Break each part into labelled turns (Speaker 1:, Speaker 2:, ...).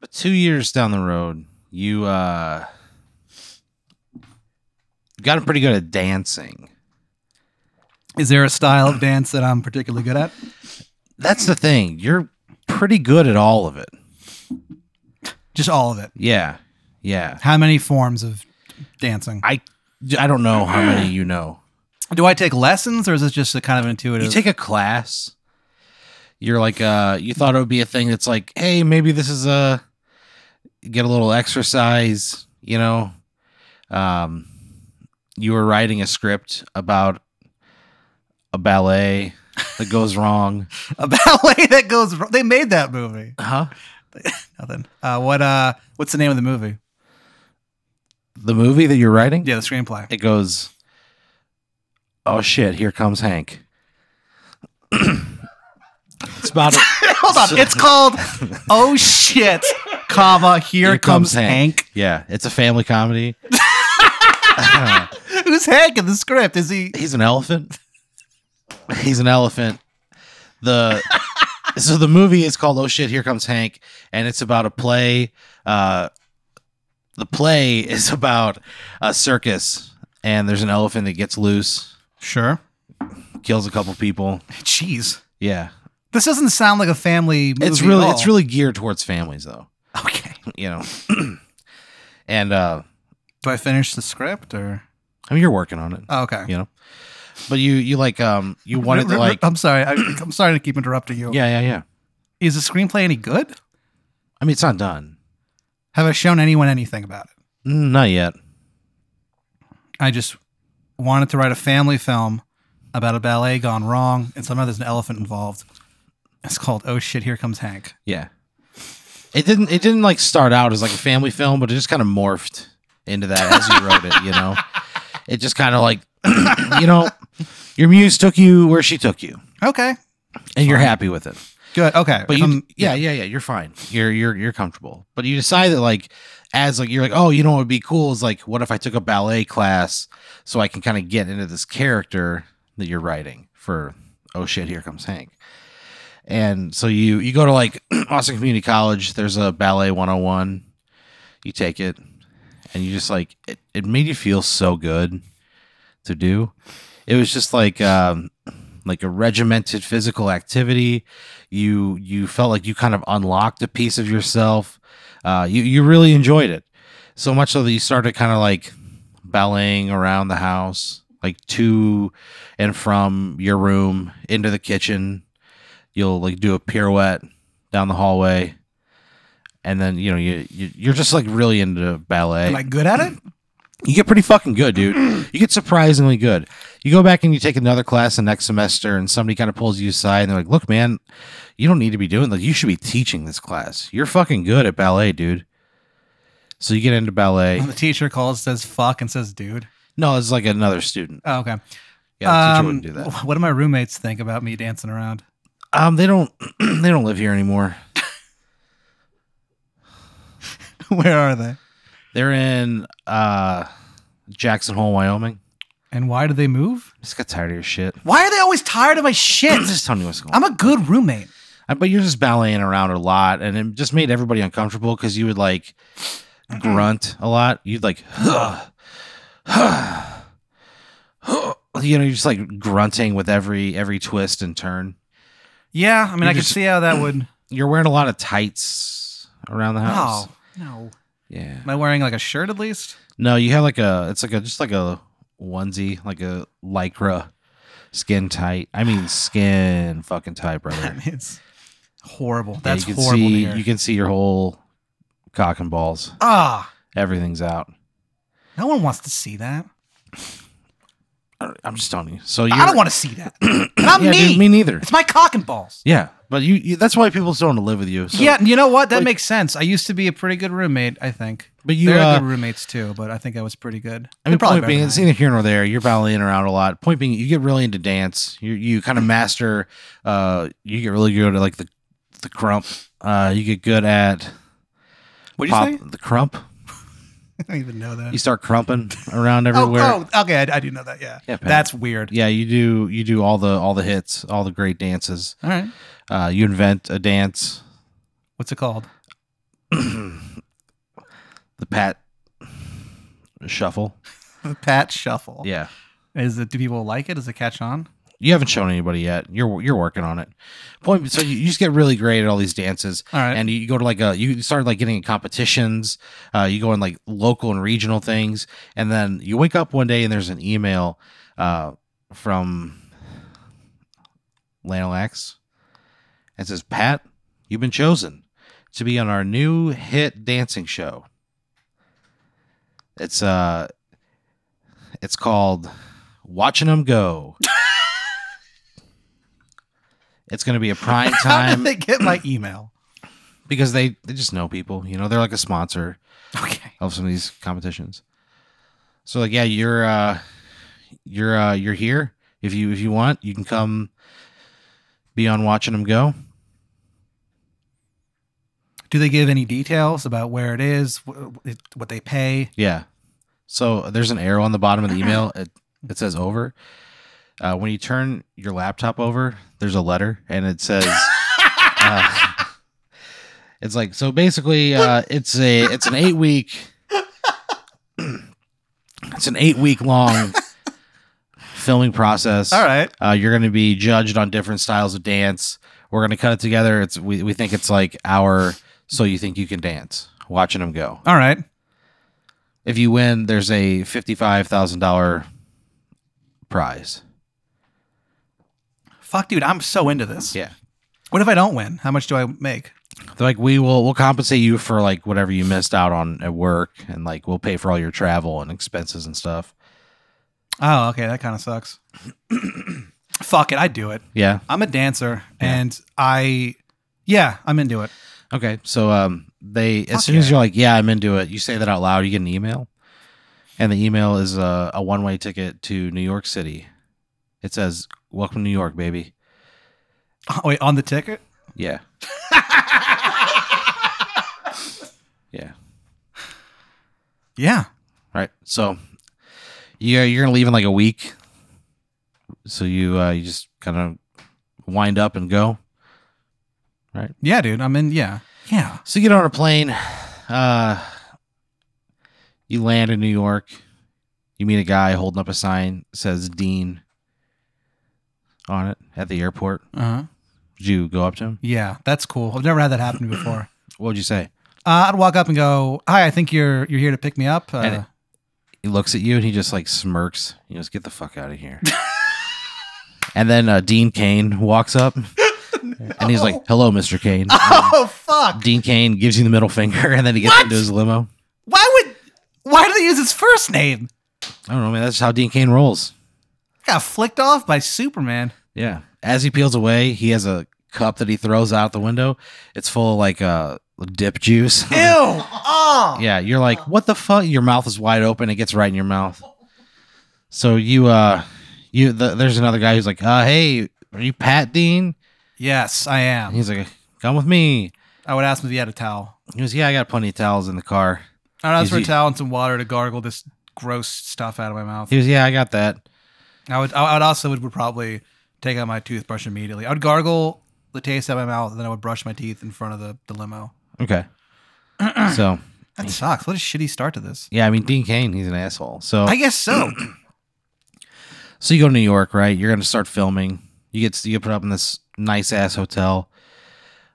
Speaker 1: But two years down the road, you uh, got pretty good at dancing.
Speaker 2: Is there a style of dance that I'm particularly good at?
Speaker 1: That's the thing. You're pretty good at all of it.
Speaker 2: Just all of it.
Speaker 1: Yeah. Yeah.
Speaker 2: How many forms of dancing?
Speaker 1: I I don't know how many you know.
Speaker 2: Do I take lessons or is this just a kind of intuitive?
Speaker 1: You take a class. You're like uh you thought it would be a thing that's like, "Hey, maybe this is a get a little exercise, you know." Um you were writing a script about a ballet that goes wrong.
Speaker 2: a ballet that goes. wrong. They made that movie.
Speaker 1: Huh?
Speaker 2: Nothing. Uh, what? Uh, what's the name of the movie?
Speaker 1: The movie that you're writing?
Speaker 2: Yeah, the screenplay.
Speaker 1: It goes Oh shit, here comes Hank. it's about
Speaker 2: Hold on. It's called Oh Shit, comma Here, comes, Hank.
Speaker 1: Yeah, it's a family comedy.
Speaker 2: Who's Hank in the script? Is he?
Speaker 1: He's an elephant. He's an elephant. The so the movie is called Oh shit, here comes Hank, and it's about a play. Uh, the play is about a circus, and there's an elephant that gets loose,
Speaker 2: Sure.
Speaker 1: kills a couple people.
Speaker 2: Jeez.
Speaker 1: Yeah,
Speaker 2: This doesn't sound like a family movie.
Speaker 1: it's
Speaker 2: at
Speaker 1: really
Speaker 2: all.
Speaker 1: it's really geared towards families though.
Speaker 2: okay.
Speaker 1: You know, and uh,
Speaker 2: Do I finish the script or?
Speaker 1: I mean you're working on it.
Speaker 2: Oh, okay.
Speaker 1: you know. But you you like um you wanted to like
Speaker 2: I'm sorry. I, I'm sorry to keep interrupting you.
Speaker 1: yeah yeah yeah.
Speaker 2: Is the screenplay any good?
Speaker 1: I mean it's not done,
Speaker 2: Have I shown anyone anything about it?
Speaker 1: Mm, not yet.
Speaker 2: I just wanted to write a family film about a ballet gone wrong, and somehow there's an elephant involved. It's called Oh Shit, Here Comes Hank.
Speaker 1: Yeah, it didn't it didn't like start out as like a family film, but it just kind of morphed into that as you wrote it. You know, it just kind of like you know your muse took you where she took you,
Speaker 2: Okay.
Speaker 1: and you're happy with it.
Speaker 2: Good. Okay.
Speaker 1: But
Speaker 2: If
Speaker 1: you,
Speaker 2: I'm-
Speaker 1: yeah, yeah, yeah, you're fine. You're you're you're comfortable. But you decide that like as like you're like, oh, you know what would be cool is like, what if I took a ballet class so I can kind of get into this character that you're writing for oh shit, here comes Hank. And so you you go to like Austin Community College, there's a ballet 101. You take it and you just like it, it made you feel so good to do. It was just like um like a regimented physical activity. You you felt like you kind of unlocked a piece of yourself. Uh, you you really enjoyed it so much so that you started kind of like balleting around the house, like to and from your room into the kitchen. You'll like do a pirouette down the hallway, and then you know you, you you're just like really into ballet
Speaker 2: Am I good at it?
Speaker 1: you get pretty fucking good, dude. You get surprisingly good. You go back and you take another class the next semester, and somebody kind of pulls you aside and they're like, "Look, man, you don't need to be doing this. You should be teaching this class. You're fucking good at ballet, dude." So you get into ballet.
Speaker 2: When the teacher calls, says fuck, and says dude.
Speaker 1: No, it's like another student.
Speaker 2: Oh, okay.
Speaker 1: Yeah, the teacher
Speaker 2: Um,
Speaker 1: wouldn't do that.
Speaker 2: What do my roommates think about me dancing around?
Speaker 1: Um, they don't. they don't live here anymore.
Speaker 2: Where are they?
Speaker 1: They're in uh, Jackson Hole, Wyoming.
Speaker 2: And why do they move?
Speaker 1: I just got tired of your shit.
Speaker 2: Why are they always tired of my shit?
Speaker 1: just tell me what's going on.
Speaker 2: I'm a good roommate.
Speaker 1: Uh, but you're just balleting around a lot and it just made everybody uncomfortable because you would like
Speaker 2: Mm-hmm.
Speaker 1: grunt a lot you'd like you know you're just like grunting with every every twist and turn
Speaker 2: Yeah, I mean,
Speaker 1: You
Speaker 2: I could
Speaker 1: just-
Speaker 2: see how that would.
Speaker 1: you're wearing a lot of tights around the house
Speaker 2: Oh no!
Speaker 1: yeah
Speaker 2: Am I wearing like a shirt at least?
Speaker 1: no you have like a it's like a just like a onesie like a lycra skin tight i mean skin fucking tight
Speaker 2: I
Speaker 1: brother
Speaker 2: mean, it's horrible.
Speaker 1: Yeah,
Speaker 2: That's
Speaker 1: you can
Speaker 2: horrible.
Speaker 1: see
Speaker 2: to hear.
Speaker 1: you can see your whole cock and balls
Speaker 2: ah,
Speaker 1: everything's out
Speaker 2: no one wants to see that.
Speaker 1: I don't- I'm just telling you. So you
Speaker 2: I don't want to see that. And I'm
Speaker 1: yeah,
Speaker 2: me.
Speaker 1: dude, me neither.
Speaker 2: It's my cock and balls.
Speaker 1: Yeah, but you, you. That's why people don't want to live with you. So,
Speaker 2: yeah, you know what? That
Speaker 1: like-
Speaker 2: makes sense. I used to be a pretty good roommate. I think
Speaker 1: but you.
Speaker 2: they're
Speaker 1: Uh,
Speaker 2: good roommates too, but I think I was pretty good.
Speaker 1: I mean,
Speaker 2: They're probably
Speaker 1: point
Speaker 2: better
Speaker 1: being,
Speaker 2: than
Speaker 1: it's
Speaker 2: I am.
Speaker 1: neither here nor there. You're balleting around a lot. Point being, you get really into dance. You you kind of master. Uh, you get really good at like the the crump. Uh, you get good at
Speaker 2: What'd
Speaker 1: pop
Speaker 2: you say?
Speaker 1: the crump.
Speaker 2: I don't even know that.
Speaker 1: You start crumping around
Speaker 2: oh,
Speaker 1: everywhere.
Speaker 2: oh, okay. I, I do know that. Yeah,
Speaker 1: Yeah, Pat.
Speaker 2: that's weird.
Speaker 1: Yeah, you do. You do all the all the hits, all the great dances.
Speaker 2: All right,
Speaker 1: Uh, you invent a dance.
Speaker 2: what's it called?
Speaker 1: the Pat Shuffle.
Speaker 2: Pat Shuffle.
Speaker 1: Yeah,
Speaker 2: Is it? Do people like it? Does it catch on?
Speaker 1: you haven't shown anybody yet. You're you're working on it. Point. So you, you just get really great at all these dances.
Speaker 2: All right.
Speaker 1: and you go to like a you start like getting in competitions uh, you go in like local and regional things and then you wake up one day and there's an email uh, from Lanolax and says pat you've been chosen to be on our new hit dancing show it's uh it's called watching them go it's going to be a prime
Speaker 2: How did
Speaker 1: time
Speaker 2: they get my email?
Speaker 1: because they they just know people you know they're like a sponsor
Speaker 2: Okay.
Speaker 1: of some of these competitions so like yeah you're uh you're uh you're here if you if you want you can come be on watching them go
Speaker 2: Do they give any details about where it is, wh- it- what they pay?
Speaker 1: yeah so there's an arrow on the bottom of the email it it says over uh, when you turn your laptop over there's a letter and it says uh, it's like so basically uh, it's a it's an eight week it's an eight week long filming process
Speaker 2: All right.
Speaker 1: uh, you're going to be judged on different styles of dance we're going to cut it together it's we, we think it's like our so you think you can dance watching them go
Speaker 2: All right.
Speaker 1: if you win there's a $55000 prize
Speaker 2: Fuck, dude, I'm so into this.
Speaker 1: yeah
Speaker 2: What if I don't win? How much do I make?
Speaker 1: They're like we will we'll compensate you for like whatever you missed out on at work and like we'll pay for all your travel and expenses and stuff
Speaker 2: Oh, okay, that kind of sucks. Fuck it, I do it.
Speaker 1: yeah
Speaker 2: I'm a dancer, and I, yeah, I'm into it.
Speaker 1: okay so um they as
Speaker 2: Fuck
Speaker 1: soon as
Speaker 2: yeah.
Speaker 1: you're like yeah i'm into it you say that out loud you get an email and the email is a, a one-way ticket to new york city it says welcome to new york baby
Speaker 2: Oh, wait, on the ticket?
Speaker 1: yeah yeah
Speaker 2: Yeah.
Speaker 1: right so yeah you're gonna leave in like a week so you uh you just kind of wind up and go
Speaker 2: Yeah, dude, I'm in. Yeah. Yeah.
Speaker 1: So you get on a plane, uh, you land in New York. You meet a guy holding up a sign that says Dean on it at the airport.
Speaker 2: Uh-huh.
Speaker 1: Would you go up to him?
Speaker 2: Yeah, that's cool. I've never had that happen before.
Speaker 1: What would you say?
Speaker 2: Uh, I'd walk up and go, "Hi, I think you're you're here to pick me up." Uh,
Speaker 1: And it- He looks at you and he just like smirks. He goes, "Get the fuck out of here." and then uh, Dean Kane walks up and he's like, "Hello, Mr. Kane."
Speaker 2: "Oh fuck!
Speaker 1: Dean Kane gives you the middle finger and then he gets
Speaker 2: What?
Speaker 1: into his limo.
Speaker 2: Why would why do they use his first name?"
Speaker 1: I don't know, man. That's how Dean Kane rolls.
Speaker 2: Got flicked off by Superman.
Speaker 1: Yeah. As he peels away, he has a cup that he throws out the window. It's full of like uh, dip juice.
Speaker 2: Ew! Oh,
Speaker 1: yeah, you're like, what the fuck? Your mouth is wide open. It gets right in your mouth. So you, uh, you, th there's another guy who's like, uh, hey, are you Pat Dean?
Speaker 2: Yes, I
Speaker 1: And
Speaker 2: am.
Speaker 1: he's like, come with me.
Speaker 2: I would ask him if he had a towel.
Speaker 1: He goes, yeah, I got plenty of towels in the car.
Speaker 2: I'd ask for
Speaker 1: Is
Speaker 2: a
Speaker 1: he-
Speaker 2: towel and some water to gargle this gross stuff out of my mouth.
Speaker 1: He goes, yeah, I got that.
Speaker 2: I would. I would also would, would probably take out my toothbrush immediately. I would gargle the taste out of my mouth, and then I would brush my teeth in front of the, the limo.
Speaker 1: Okay. so,
Speaker 2: That sucks. What a shitty start to this.
Speaker 1: yeah, I mean, Dean Kane, he's an asshole. So,
Speaker 2: I guess so.
Speaker 1: So you go to New York, right? You're gonna start filming. You get you get put up in this nice ass hotel.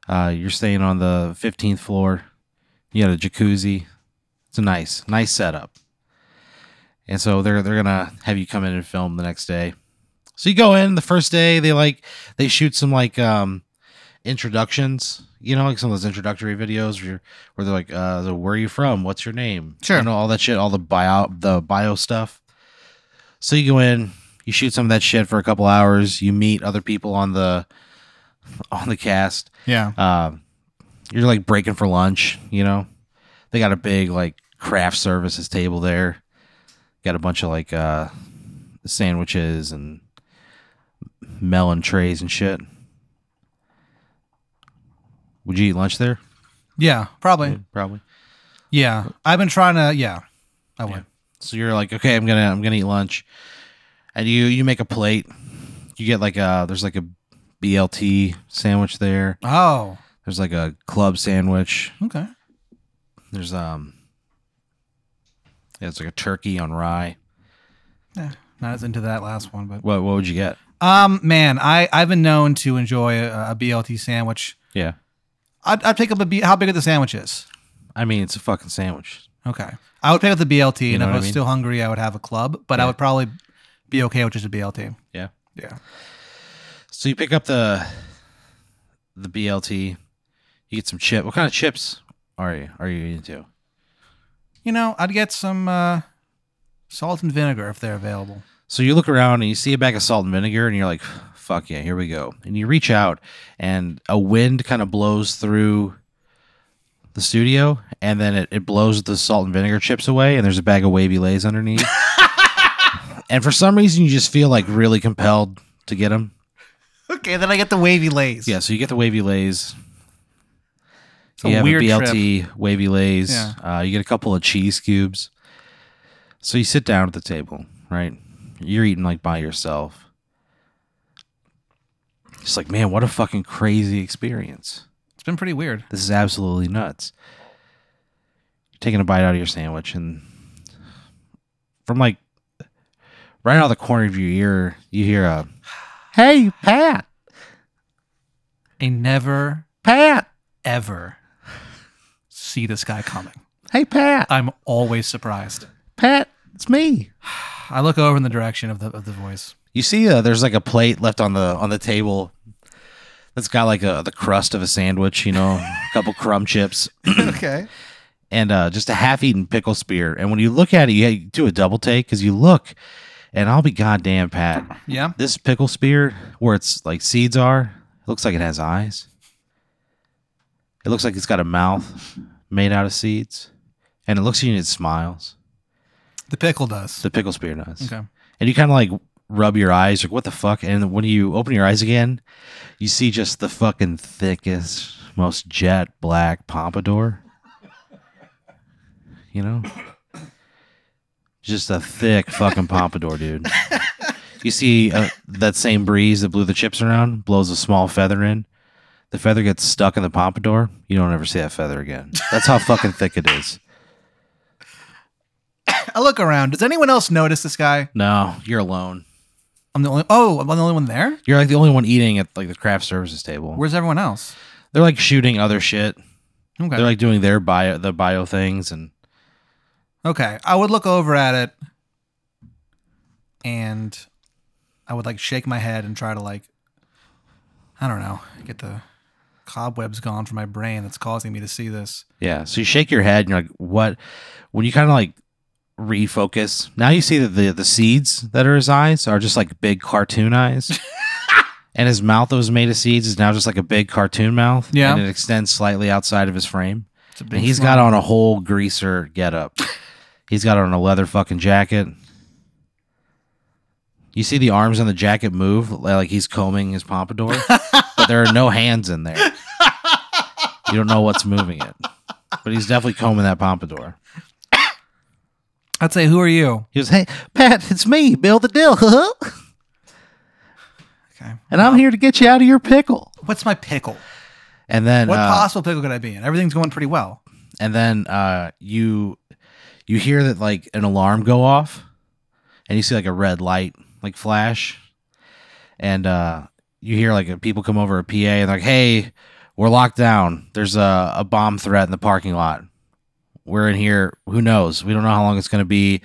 Speaker 1: Uh, you're staying on the 15th floor. You got a jacuzzi. It's a nice, nice setup. And so they're they're gonna have you come in and film the next day. So you go in the first day. They like they shoot some like um introductions. You know, like some of those introductory videos where, you're, where they're like, uh, so "Where are you from? What's your name?"
Speaker 2: Sure.
Speaker 1: you know all that shit, all the bio, the bio stuff. So you go in, you shoot some of that shit for a couple hours. You meet other people on the on the cast.
Speaker 2: yeah.
Speaker 1: Um, you're like breaking for lunch. You know, they got a big like craft services table there. Got a bunch of like uh, sandwiches and melon trays and shit. Would you eat lunch there?
Speaker 2: Yeah. Probably.
Speaker 1: Probably.
Speaker 2: Yeah. I've been trying to. Yeah. I would.
Speaker 1: So you're like, okay, I'm gonna I'm gonna eat lunch, and you you make a plate. You get like a there's like a BLT sandwich there.
Speaker 2: Oh.
Speaker 1: There's like a club sandwich.
Speaker 2: Okay.
Speaker 1: There's um Yeah, it's like a turkey on rye.
Speaker 2: Not as into that last one, but
Speaker 1: What what would you get?
Speaker 2: um, man, I I've been known to enjoy a, a BLT sandwich.
Speaker 1: Yeah.
Speaker 2: I'd, I'd pick up a B. How big are the sandwiches?
Speaker 1: I mean, it's a fucking sandwich.
Speaker 2: Okay, I would pick up the BLT, and
Speaker 1: know what
Speaker 2: if I
Speaker 1: I
Speaker 2: was
Speaker 1: mean?
Speaker 2: still hungry, I would have a club. But I
Speaker 1: Yeah.
Speaker 2: would probably be okay with just a BLT.
Speaker 1: Yeah.
Speaker 2: Yeah.
Speaker 1: So you pick up the the BLT. You get some chip. What kind of chips are you are you into?
Speaker 2: You know, I'd get some uh, salt and vinegar if they're available.
Speaker 1: So you look around and you see a bag of salt and vinegar, and you're like, "Fuck yeah, here we go!" And you reach out, and a wind kind of blows through the studio, and then it, it blows the salt and vinegar chips away, and there's a bag of wavy lays underneath. and for some reason, you just feel like really compelled to get them.
Speaker 2: Okay, then I get the wavy lays.
Speaker 1: Yeah, so you get the wavy lays.
Speaker 2: It's a
Speaker 1: you have
Speaker 2: weird
Speaker 1: a
Speaker 2: trip.
Speaker 1: BLT wavy lays.
Speaker 2: Yeah.
Speaker 1: Uh, you get a couple of cheese cubes. So you sit down at the table, right? You're eating like by yourself. It's like, man, what a fucking crazy experience.
Speaker 2: It's been pretty weird.
Speaker 1: This is absolutely nuts. You're taking a bite out of your sandwich, and from like right out of the corner of your ear, you hear a, "Hey, Pat,
Speaker 2: I never
Speaker 1: Pat,
Speaker 2: ever see this guy coming.
Speaker 1: hey, Pat,
Speaker 2: I'm always surprised.
Speaker 1: Pat, it's me."
Speaker 2: I look over in the direction of the of the voice.
Speaker 1: You see, uh, there's like a plate left on the on the table that's got like a the crust of a sandwich, you know, a couple crumb chips,
Speaker 2: okay.
Speaker 1: and uh, just a half-eaten pickle spear. And when you look at it, you you do a double take because you look, and I'll be goddamn Pat,
Speaker 2: Yeah.
Speaker 1: this pickle spear where it's like seeds are, it looks like it has eyes. It looks like it's got a mouth made out of seeds, and it looks at you and it smiles.
Speaker 2: The pickle does.
Speaker 1: The pickle spear does
Speaker 2: Okay.
Speaker 1: and you kind of like rub your eyes like what the fuck and then when you open your eyes again you see just the fucking thickest most jet black pompadour you know just a thick fucking pompadour dude you see uh, that same breeze that blew the chips around blows a small feather in the feather gets stuck in the pompadour you don't ever see that feather again that's how fucking thick it is
Speaker 2: I look around. Does anyone else notice this guy?
Speaker 1: no you're alone
Speaker 2: I'm the only. Oh, I'm the only one there.
Speaker 1: you're like the only one eating at like the craft services table
Speaker 2: Where's everyone else?
Speaker 1: they're like shooting other shit.
Speaker 2: Okay.
Speaker 1: They're like doing their bio the bio things and
Speaker 2: okay. I would look over at it, and I would like shake my head and try to like, I don't know, get the cobwebs gone from my brain that's causing me to see this.
Speaker 1: yeah. So you shake your head and you're like, what? When you kind of like refocus, now you see that the the seeds that are his eyes are just like big cartoon eyes. And his mouth that was made of seeds is now just like a big cartoon mouth.
Speaker 2: Yeah.
Speaker 1: And it extends slightly outside of his frame.
Speaker 2: It's a
Speaker 1: And he's got on a whole greaser getup. he's got on a leather fucking jacket. You see the arms on the jacket move li- like he's combing his pompadour, but there are no hands in there. You don't know what's moving it, but he's definitely combing that pompadour.
Speaker 2: I'd say, who are you?
Speaker 1: He was, "Hey, Pat, it's me, Bill the Dill,
Speaker 2: Okay.
Speaker 1: and I'm here to get you out of your pickle."
Speaker 2: What's my pickle?
Speaker 1: And then,
Speaker 2: What
Speaker 1: uh,
Speaker 2: possible pickle could I be in? Everything's going pretty well.
Speaker 1: and then uh, you you hear that like an alarm go off and you see like a red light like flash and uh, you hear like people come over a pa and they're like hey we're locked down there's a, a bomb threat in the parking lot we're in here who knows we don't know how long it's going to be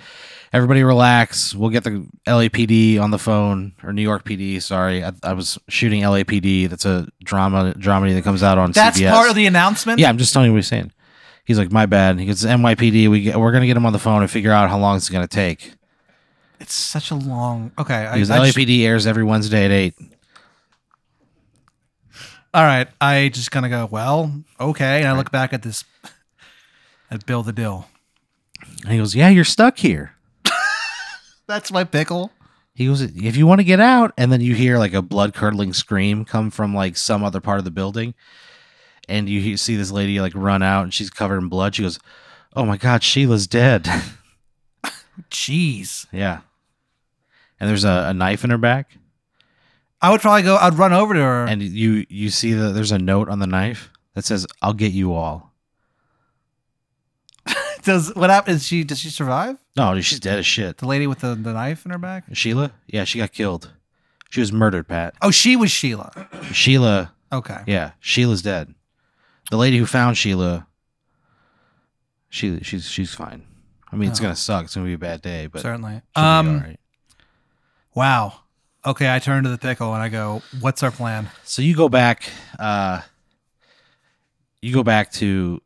Speaker 1: everybody relax we'll get the lapd on the phone or new york pd sorry i, I was shooting lapd that's a drama dramedy that comes out on
Speaker 2: That's
Speaker 1: CBS.
Speaker 2: part of the announcement.
Speaker 1: Yeah, I'm just telling you what he's saying. He's like, my bad. He goes, NYPD. We get, we're gonna get him on the phone and figure out how long it's gonna take.
Speaker 2: It's such a long. Okay. I, I
Speaker 1: Because
Speaker 2: just-
Speaker 1: LAPD airs every Wednesday at eight.
Speaker 2: all right. I just kind of go, well, okay. And I look back at this, at Bill the Dill.
Speaker 1: And he goes, yeah, you're stuck here.
Speaker 2: That's my pickle.
Speaker 1: He goes, if you want to get out, and then you hear like a blood curdling scream come from like some other part of the building, and you he- see this lady like run out, and she's covered in blood. She goes, oh my god, Sheila's dead.
Speaker 2: Jeez.
Speaker 1: yeah. And there's a, a knife in her back,
Speaker 2: I would probably go, I'd run over to her.
Speaker 1: and you you see that there's a note on the knife that says, "I'll get you all."
Speaker 2: does what happens? She does she survive?
Speaker 1: No, she's dead as shit.
Speaker 2: The lady with the, the knife in her back.
Speaker 1: Sheila? Yeah, she got killed. She was murdered, Pat.
Speaker 2: Oh, she was Sheila.
Speaker 1: Sheila,
Speaker 2: Okay.
Speaker 1: yeah, Sheila's dead. The lady who found Sheila, she she's she's fine. I mean, it's
Speaker 2: Oh.
Speaker 1: gonna suck. It's gonna be a bad day, but she'll
Speaker 2: Certainly.
Speaker 1: be
Speaker 2: Um.
Speaker 1: alright.
Speaker 2: Wow. Okay, I turn to the pickle and I go, "What's our plan?"
Speaker 1: So you go back, uh, you go back to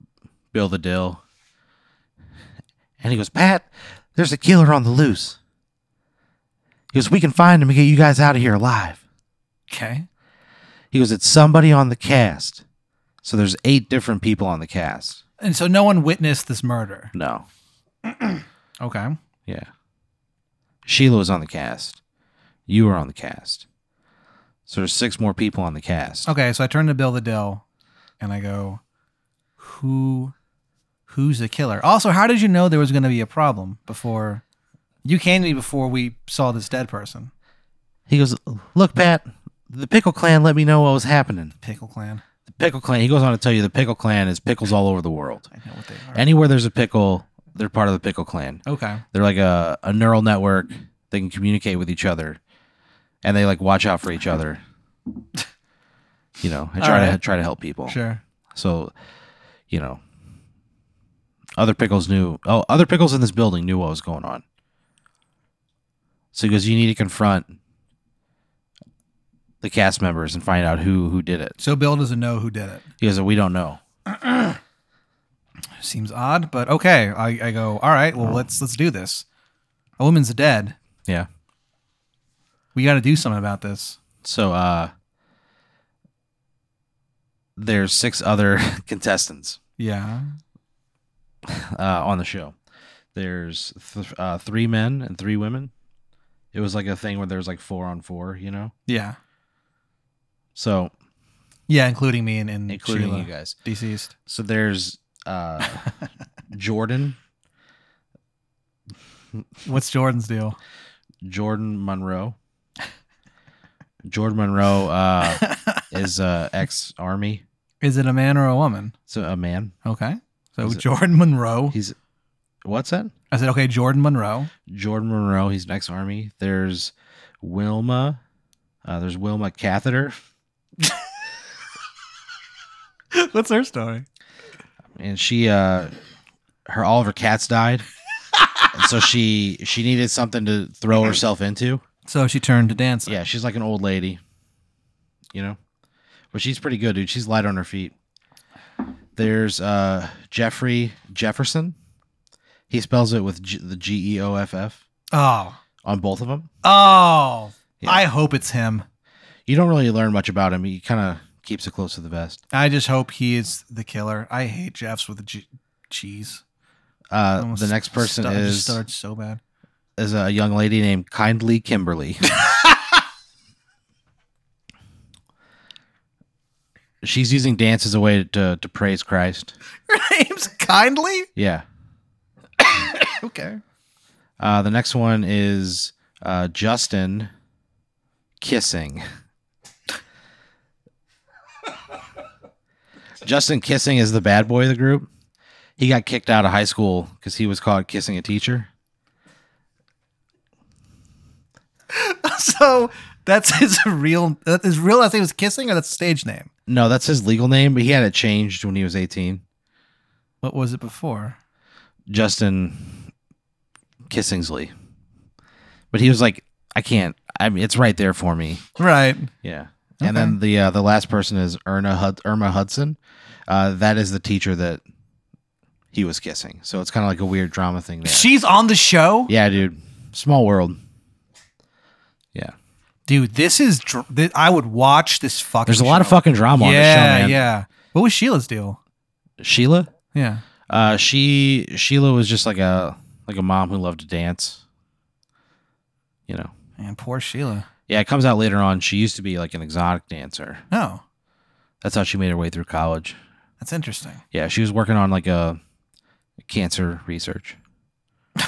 Speaker 1: Bill the Dill, and he goes, Pat, there's a killer on the loose. He goes, we can find him and get you guys out of here alive.
Speaker 2: Okay.
Speaker 1: He goes, it's somebody on the cast. So there's eight different people on the cast.
Speaker 2: And so no one witnessed this murder.
Speaker 1: No,
Speaker 2: Okay.
Speaker 1: yeah. Sheila was on the cast. You were on the cast. So there's six more people on the cast.
Speaker 2: Okay, so I turn to Bill the Dill and I go, Who who's the killer? Also, how did you know there was gonna be a problem before you came to me before we saw this dead person?
Speaker 1: He goes, Look, Pat, the Pickle Clan let me know what was happening.
Speaker 2: Pickle clan.
Speaker 1: The Pickle Clan, he goes on to tell you the Pickle Clan is pickles all over the world.
Speaker 2: I know what they are.
Speaker 1: Anywhere there's a pickle, they're part of the Pickle Clan.
Speaker 2: okay.
Speaker 1: They're like a, a neural network. They can communicate with each other and they like watch out for each other. You know, and
Speaker 2: All
Speaker 1: try to
Speaker 2: right.
Speaker 1: try to help people.
Speaker 2: Sure.
Speaker 1: So, you know, other pickles knew. Oh, other pickles in this building knew what was going on. So he goes, "You need to confront the cast members and find out who who did it."
Speaker 2: So Bill doesn't know who did it.
Speaker 1: He goes, "We don't know."
Speaker 2: Seems odd, but okay. I, I go, all right, well let's let's do this. A woman's dead.
Speaker 1: Yeah.
Speaker 2: We gotta do something about this.
Speaker 1: So, uh, there's six other contestants
Speaker 2: Yeah.
Speaker 1: uh, on the show. There's th- uh, three men and three women. It was like a thing where there's like four on four, you know.
Speaker 2: Yeah.
Speaker 1: So,
Speaker 2: Yeah, including me and, and
Speaker 1: including
Speaker 2: Sheila,
Speaker 1: you guys.
Speaker 2: deceased.
Speaker 1: So there's uh Jordan,
Speaker 2: What's Jordan's deal?
Speaker 1: Jordan Monroe. Jordan Monroe uh is uh ex army.
Speaker 2: Is it a man or a woman?
Speaker 1: So a man.
Speaker 2: Okay. So
Speaker 1: Is it-
Speaker 2: Jordan Monroe.
Speaker 1: He's what's that?
Speaker 2: I said, okay, Jordan Monroe.
Speaker 1: Jordan Monroe, he's an ex army. There's Wilma. Uh there's Wilma Catheter.
Speaker 2: What's her story?
Speaker 1: And she uh her all of her cats died. And so she she needed something to throw herself into.
Speaker 2: So she turned to dancing.
Speaker 1: Yeah, she's like an old lady, you know, but she's pretty good, dude. She's light on her feet. There's uh, Jeffrey Jefferson. He spells it with G- the G E O F F
Speaker 2: Oh.
Speaker 1: on both of them.
Speaker 2: Oh.
Speaker 1: Yeah.
Speaker 2: I hope it's him.
Speaker 1: You don't really learn much about him. He kind of keeps it close to the vest.
Speaker 2: I just hope he is the killer. I hate Jeff's with the G- cheese. I
Speaker 1: Uh,
Speaker 2: almost
Speaker 1: the next person
Speaker 2: stu- I just
Speaker 1: is
Speaker 2: stuttered so bad.
Speaker 1: is a young lady named Kindly Kimberly. She's using dance as a way to to praise Christ.
Speaker 2: Her name's Kindly?
Speaker 1: Yeah.
Speaker 2: Okay.
Speaker 1: Uh, the next one is uh, Justin kissing. Justin kissing is the bad boy of the group. He got kicked out of high school because he was caught kissing a teacher.
Speaker 2: So that's his real, that- his real last name was Kissing or that's stage name?
Speaker 1: No, that's his legal name, but he had it changed when he was 18.
Speaker 2: What was it before?
Speaker 1: Justin Kissingsley. But he was like, I can't. I mean, it's right there for me.
Speaker 2: Right.
Speaker 1: Yeah. And then the uh, the last person is Erna Hud- Irma Hudson. Uh, that is the teacher that he was kissing. So it's kind of like a weird drama thing there.
Speaker 2: She's on the show?
Speaker 1: yeah, dude. Small world. Yeah.
Speaker 2: Dude, this is. Dr- th- I would watch this fucking.
Speaker 1: There's a lot of
Speaker 2: show.
Speaker 1: fucking drama on the show,
Speaker 2: Yeah,
Speaker 1: man.
Speaker 2: yeah. What was Sheila's deal?
Speaker 1: Sheila?
Speaker 2: Yeah.
Speaker 1: Uh, she Sheila was just like a like a mom who loved to dance. You know.
Speaker 2: Man, poor Sheila.
Speaker 1: Yeah, it comes out later on. She used to be like an exotic dancer.
Speaker 2: No,
Speaker 1: That's how she made her way through college.
Speaker 2: that's interesting.
Speaker 1: Yeah, she was working on like a cancer research.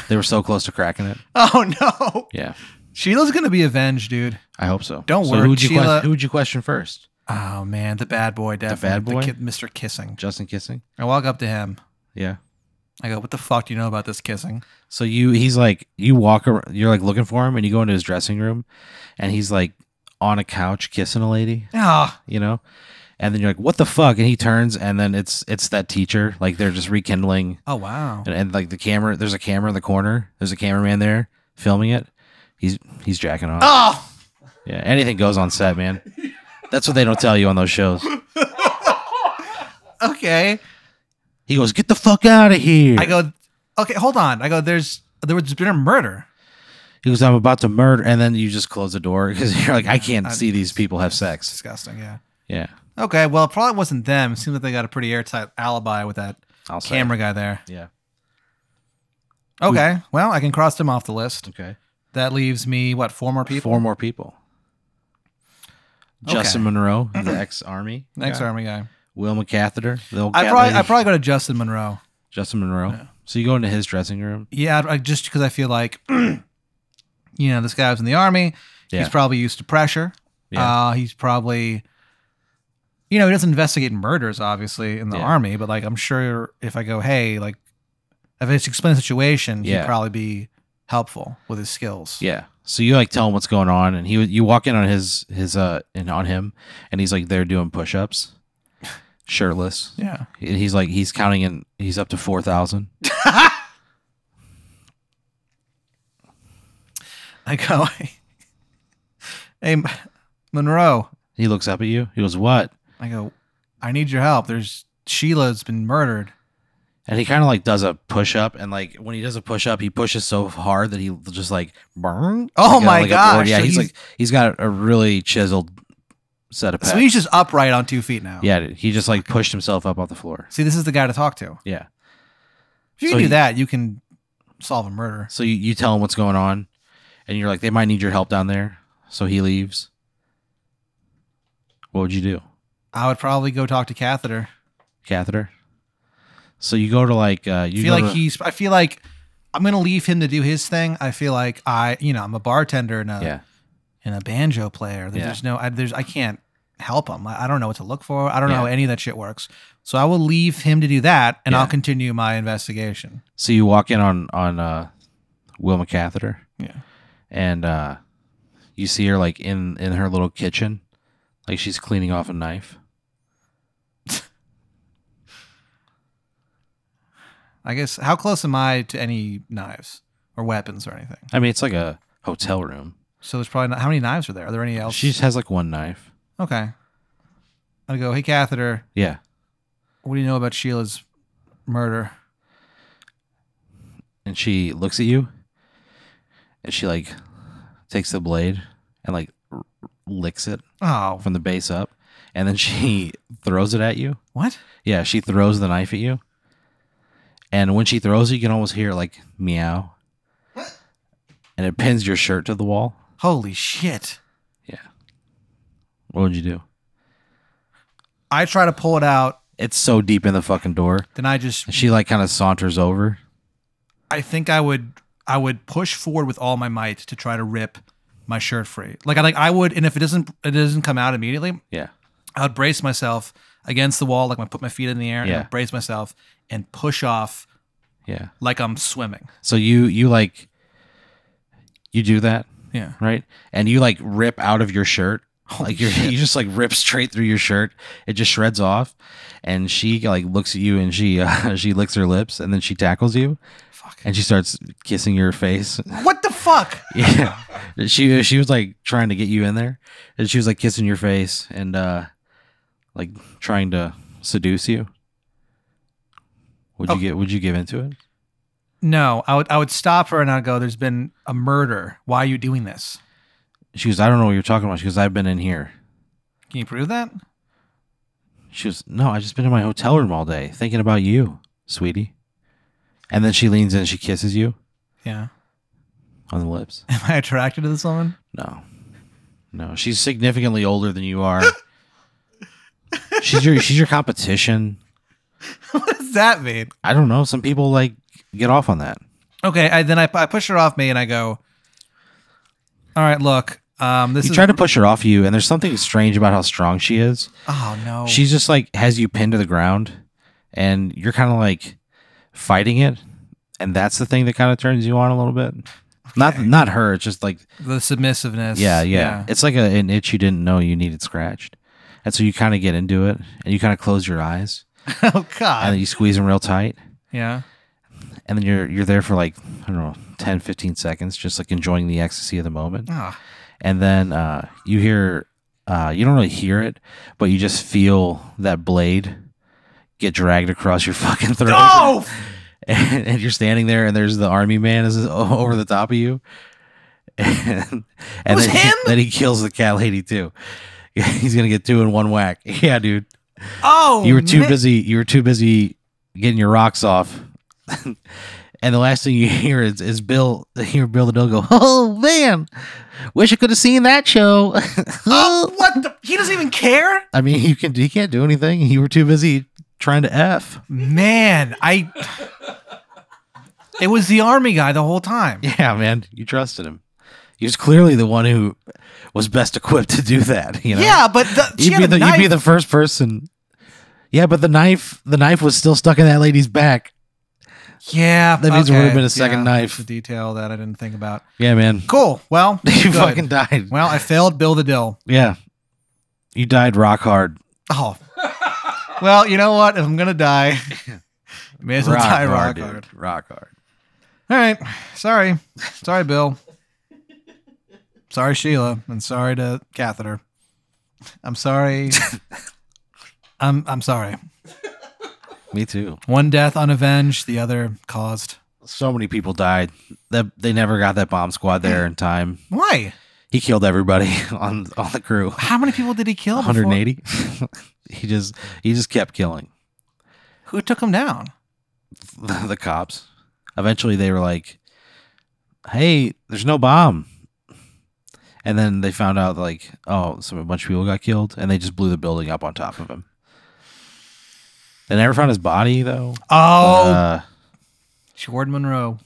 Speaker 1: They were so close to cracking it.
Speaker 2: Oh no,
Speaker 1: Yeah,
Speaker 2: Sheila's gonna be avenged, dude.
Speaker 1: I hope so.
Speaker 2: Don't
Speaker 1: so
Speaker 2: worry,
Speaker 1: Who would you,
Speaker 2: Sheila.
Speaker 1: question, who would you question first?
Speaker 2: Oh man, the bad boy, definitely.
Speaker 1: bad boy?
Speaker 2: ki- Mr. Kissing.
Speaker 1: Justin Kissing?
Speaker 2: I walk up to him.
Speaker 1: Yeah.
Speaker 2: I go, what the fuck do you know about this kissing?
Speaker 1: So you he's like you walk around, you're like looking for him and you go into his dressing room and he's like on a couch kissing a lady,
Speaker 2: Ah,
Speaker 1: you know? And then you're like, what the fuck? And he turns and then it's it's that teacher. Like they're just rekindling
Speaker 2: oh wow.
Speaker 1: and, and like the camera there's a camera in the corner. There's a cameraman there filming it. He's he's jacking off.
Speaker 2: Oh,
Speaker 1: Yeah. Anything goes on set, man. That's what they don't tell you on those shows.
Speaker 2: okay.
Speaker 1: He goes, Get the fuck out of here.
Speaker 2: I go, okay, hold on. I go, there's there was been a murder.
Speaker 1: he goes, I'm about to murder and then you just close the door because you're like, I can't
Speaker 2: I-
Speaker 1: see these people have sex.
Speaker 2: Disgusting. Yeah.
Speaker 1: Yeah.
Speaker 2: Okay. Well, it probably wasn't them. It seemed like they got a pretty airtight alibi with that
Speaker 1: I'll say.
Speaker 2: camera guy there.
Speaker 1: Yeah.
Speaker 2: Okay. Well, I can cross them off the list.
Speaker 1: Okay.
Speaker 2: That leaves me what four more people.
Speaker 1: Four more people.
Speaker 2: Okay.
Speaker 1: Justin Monroe, the ex army.
Speaker 2: Next army guy.
Speaker 1: Will McCatheter, the old
Speaker 2: I
Speaker 1: cat
Speaker 2: probably
Speaker 1: lady.
Speaker 2: I probably go to Justin Monroe.
Speaker 1: Justin Monroe.
Speaker 2: Yeah.
Speaker 1: So you go into his dressing room.
Speaker 2: Yeah, I, I- just because I feel like, you know, this guy was in the army.
Speaker 1: Yeah.
Speaker 2: He's probably used to pressure.
Speaker 1: Yeah.
Speaker 2: Uh, he's probably, you know, he doesn't investigate murders, obviously, in the
Speaker 1: Yeah.
Speaker 2: army. But like, I'm sure if I go, hey, like, if I just explain the situation,
Speaker 1: Yeah.
Speaker 2: he'd probably be helpful with his skills.
Speaker 1: yeah. So you like tell him what's going on, and he you walk in on his his uh and on him, and he's like there doing push ups, shirtless.
Speaker 2: Yeah.
Speaker 1: And he's like he's counting in he's up to four thousand.
Speaker 2: I go, hey, M- Monroe.
Speaker 1: He looks up at you. He goes what?
Speaker 2: I go, I need your help. There's Sheila's been murdered.
Speaker 1: And he kind of like does a push up, and like when he does a push up, he pushes so hard that he just like burn.
Speaker 2: Oh
Speaker 1: Like a-
Speaker 2: my
Speaker 1: like a
Speaker 2: gosh,
Speaker 1: board. Yeah,
Speaker 2: so
Speaker 1: he's,
Speaker 2: he's-
Speaker 1: like he's got a really chiseled set of
Speaker 2: So
Speaker 1: pecs.
Speaker 2: he's just upright on two feet now.
Speaker 1: yeah, dude, he just like pushed himself up off the floor.
Speaker 2: See, this is the guy to talk to.
Speaker 1: Yeah.
Speaker 2: If you
Speaker 1: So
Speaker 2: can do
Speaker 1: he-
Speaker 2: that, you can solve a murder.
Speaker 1: So you, you tell him what's going on, and you're like, they might need your help down there. So he leaves. What would you do?
Speaker 2: I would probably go talk to Catheter.
Speaker 1: Catheter. So you go to like uh,
Speaker 2: I
Speaker 1: you
Speaker 2: feel
Speaker 1: go
Speaker 2: like
Speaker 1: to-
Speaker 2: he's. I feel like I'm gonna leave him to do his thing. I feel like I, you know, I'm a bartender and a
Speaker 1: yeah
Speaker 2: and a banjo player. There's,
Speaker 1: Yeah.
Speaker 2: there's no. I, there's. I can't help him. I, I don't know what to look for. I don't know
Speaker 1: Yeah.
Speaker 2: how any of that shit works. So I will leave him to do that, and
Speaker 1: Yeah.
Speaker 2: I'll continue my investigation.
Speaker 1: So you walk in on on uh, Wilma Catheter.
Speaker 2: Yeah.
Speaker 1: And uh, you see her like in in her little kitchen, like she's cleaning off a knife.
Speaker 2: I guess. How close am I to any knives or weapons or anything?
Speaker 1: I mean, it's like a hotel room.
Speaker 2: So there's probably not. How many knives are there? Are there any else?
Speaker 1: She just has like one knife.
Speaker 2: okay. I go. Hey, Catheter.
Speaker 1: Yeah.
Speaker 2: What do you know about Sheila's murder?
Speaker 1: And she looks at you, and she like takes the blade and like r- licks it
Speaker 2: Oh,
Speaker 1: from the base up, and then she throws it at you.
Speaker 2: what?
Speaker 1: Yeah, she throws the knife at you. And when she throws it, you can almost hear like meow. And it pins your shirt to the wall.
Speaker 2: Holy shit.
Speaker 1: What would you do?
Speaker 2: I try to pull it out,
Speaker 1: It's so deep in the fucking door.
Speaker 2: then I just
Speaker 1: And she like kind of saunters over.
Speaker 2: I think I would I would push forward with all my might to try to rip my shirt free. Like I like I would and if it doesn't it doesn't come out immediately,
Speaker 1: Yeah.
Speaker 2: I would brace myself against the wall, like I put my feet in the air and
Speaker 1: Yeah.
Speaker 2: I'd brace myself and push off
Speaker 1: Yeah.
Speaker 2: like I'm swimming.
Speaker 1: So you you like you do that,
Speaker 2: Yeah.
Speaker 1: right? And you like rip out of your shirt. Like you you just like rip straight through your shirt. It just shreds off. And she like looks at you and she uh, she licks her lips and then she tackles you
Speaker 2: Fuck.
Speaker 1: and she starts kissing your face
Speaker 2: What the fuck?
Speaker 1: yeah she she was like trying to get you in there and she was like kissing your face and uh like trying to seduce you would
Speaker 2: Oh.
Speaker 1: you get would you give into it
Speaker 2: No, I would I would stop her and I'd go, There's been a murder. Why are you doing this?
Speaker 1: she goes i don't know what you're talking about she goes i've been in here
Speaker 2: Can you prove that?
Speaker 1: she goes no i've just been in my hotel room all day thinking about you sweetie and then she leans in and she kisses you
Speaker 2: Yeah.
Speaker 1: on the lips
Speaker 2: Am I attracted to this woman?
Speaker 1: no no she's significantly older than you are she's your she's your competition
Speaker 2: what does that mean?
Speaker 1: i don't know some people like get off on that
Speaker 2: Okay, I, then I, I push her off me and I go, "All right, look, um, this
Speaker 1: you
Speaker 2: is
Speaker 1: try to push her off you, and there's something strange about how strong she is.
Speaker 2: oh no,
Speaker 1: She's just like has you pinned to the ground, and you're kind of like fighting it, and that's the thing that kind of turns you on a little bit. Not
Speaker 2: Okay.
Speaker 1: not her. It's just like
Speaker 2: The submissiveness.
Speaker 1: yeah, yeah, It's like a, an itch you didn't know you needed scratched, and so you kind of get into it, and you kind of close your eyes,
Speaker 2: yeah. oh
Speaker 1: and
Speaker 2: God.
Speaker 1: then you squeeze them real tight,
Speaker 2: Yeah.
Speaker 1: and then you're you're there for like I don't know 10, 15 seconds, just like enjoying the ecstasy of the moment.
Speaker 2: Ah.
Speaker 1: and then uh, you hear uh, you don't really hear it, but you just feel that blade get dragged across your fucking throat.
Speaker 2: Oh.
Speaker 1: And, and you're standing there, and there's the army man is o- over the top of you, and, and
Speaker 2: was
Speaker 1: then,
Speaker 2: him?
Speaker 1: He, then he kills the cat lady too. He's gonna get two in one whack. Yeah, dude,
Speaker 2: Oh.
Speaker 1: you were too
Speaker 2: man.
Speaker 1: busy. You were too busy getting your rocks off. And the last thing you hear is, is Bill hear Bill the Dill go, "Oh man, wish I could have seen that show."
Speaker 2: Oh, what the? He doesn't even care.
Speaker 1: I mean, you can he can't do anything. You were too busy trying to f.
Speaker 2: Man, I. It was the army guy the whole time.
Speaker 1: Yeah, man, you trusted him. He was clearly the one who was best equipped to do that. You know,
Speaker 2: Yeah, but the, she
Speaker 1: you'd
Speaker 2: had
Speaker 1: be
Speaker 2: a
Speaker 1: the
Speaker 2: knife.
Speaker 1: you'd be the first person. Yeah, but the knife the knife was still stuck in that lady's back.
Speaker 2: yeah,
Speaker 1: That means there
Speaker 2: okay,
Speaker 1: would've been a second
Speaker 2: yeah,
Speaker 1: knife.
Speaker 2: The detail that I didn't think about.
Speaker 1: Yeah, man,
Speaker 2: Cool. Well,
Speaker 1: you
Speaker 2: good.
Speaker 1: fucking died.
Speaker 2: Well, I failed Bill the Dill.
Speaker 1: Yeah, you died rock hard.
Speaker 2: Oh. well, you know what? If I'm gonna die, may as well die rock
Speaker 1: dude.
Speaker 2: hard.
Speaker 1: Rock hard.
Speaker 2: All right. Sorry. Sorry, Bill. sorry, Sheila. And sorry to Catheter. I'm sorry. I'm I'm sorry.
Speaker 1: Me too.
Speaker 2: One death unavenged, the other caused.
Speaker 1: So many people died. That they never got that bomb squad there in time.
Speaker 2: Why?
Speaker 1: He killed everybody on on the crew.
Speaker 2: How many people did he kill? before-
Speaker 1: 180. he just he just kept killing
Speaker 2: Who took him down?
Speaker 1: the, the cops. Eventually, they were like, "Hey, there's no bomb." And then they found out like, oh, some a bunch of people got killed, and they just blew the building up on top of him. They never found his body though.
Speaker 2: Oh,
Speaker 1: Uh,
Speaker 2: Jordan Monroe.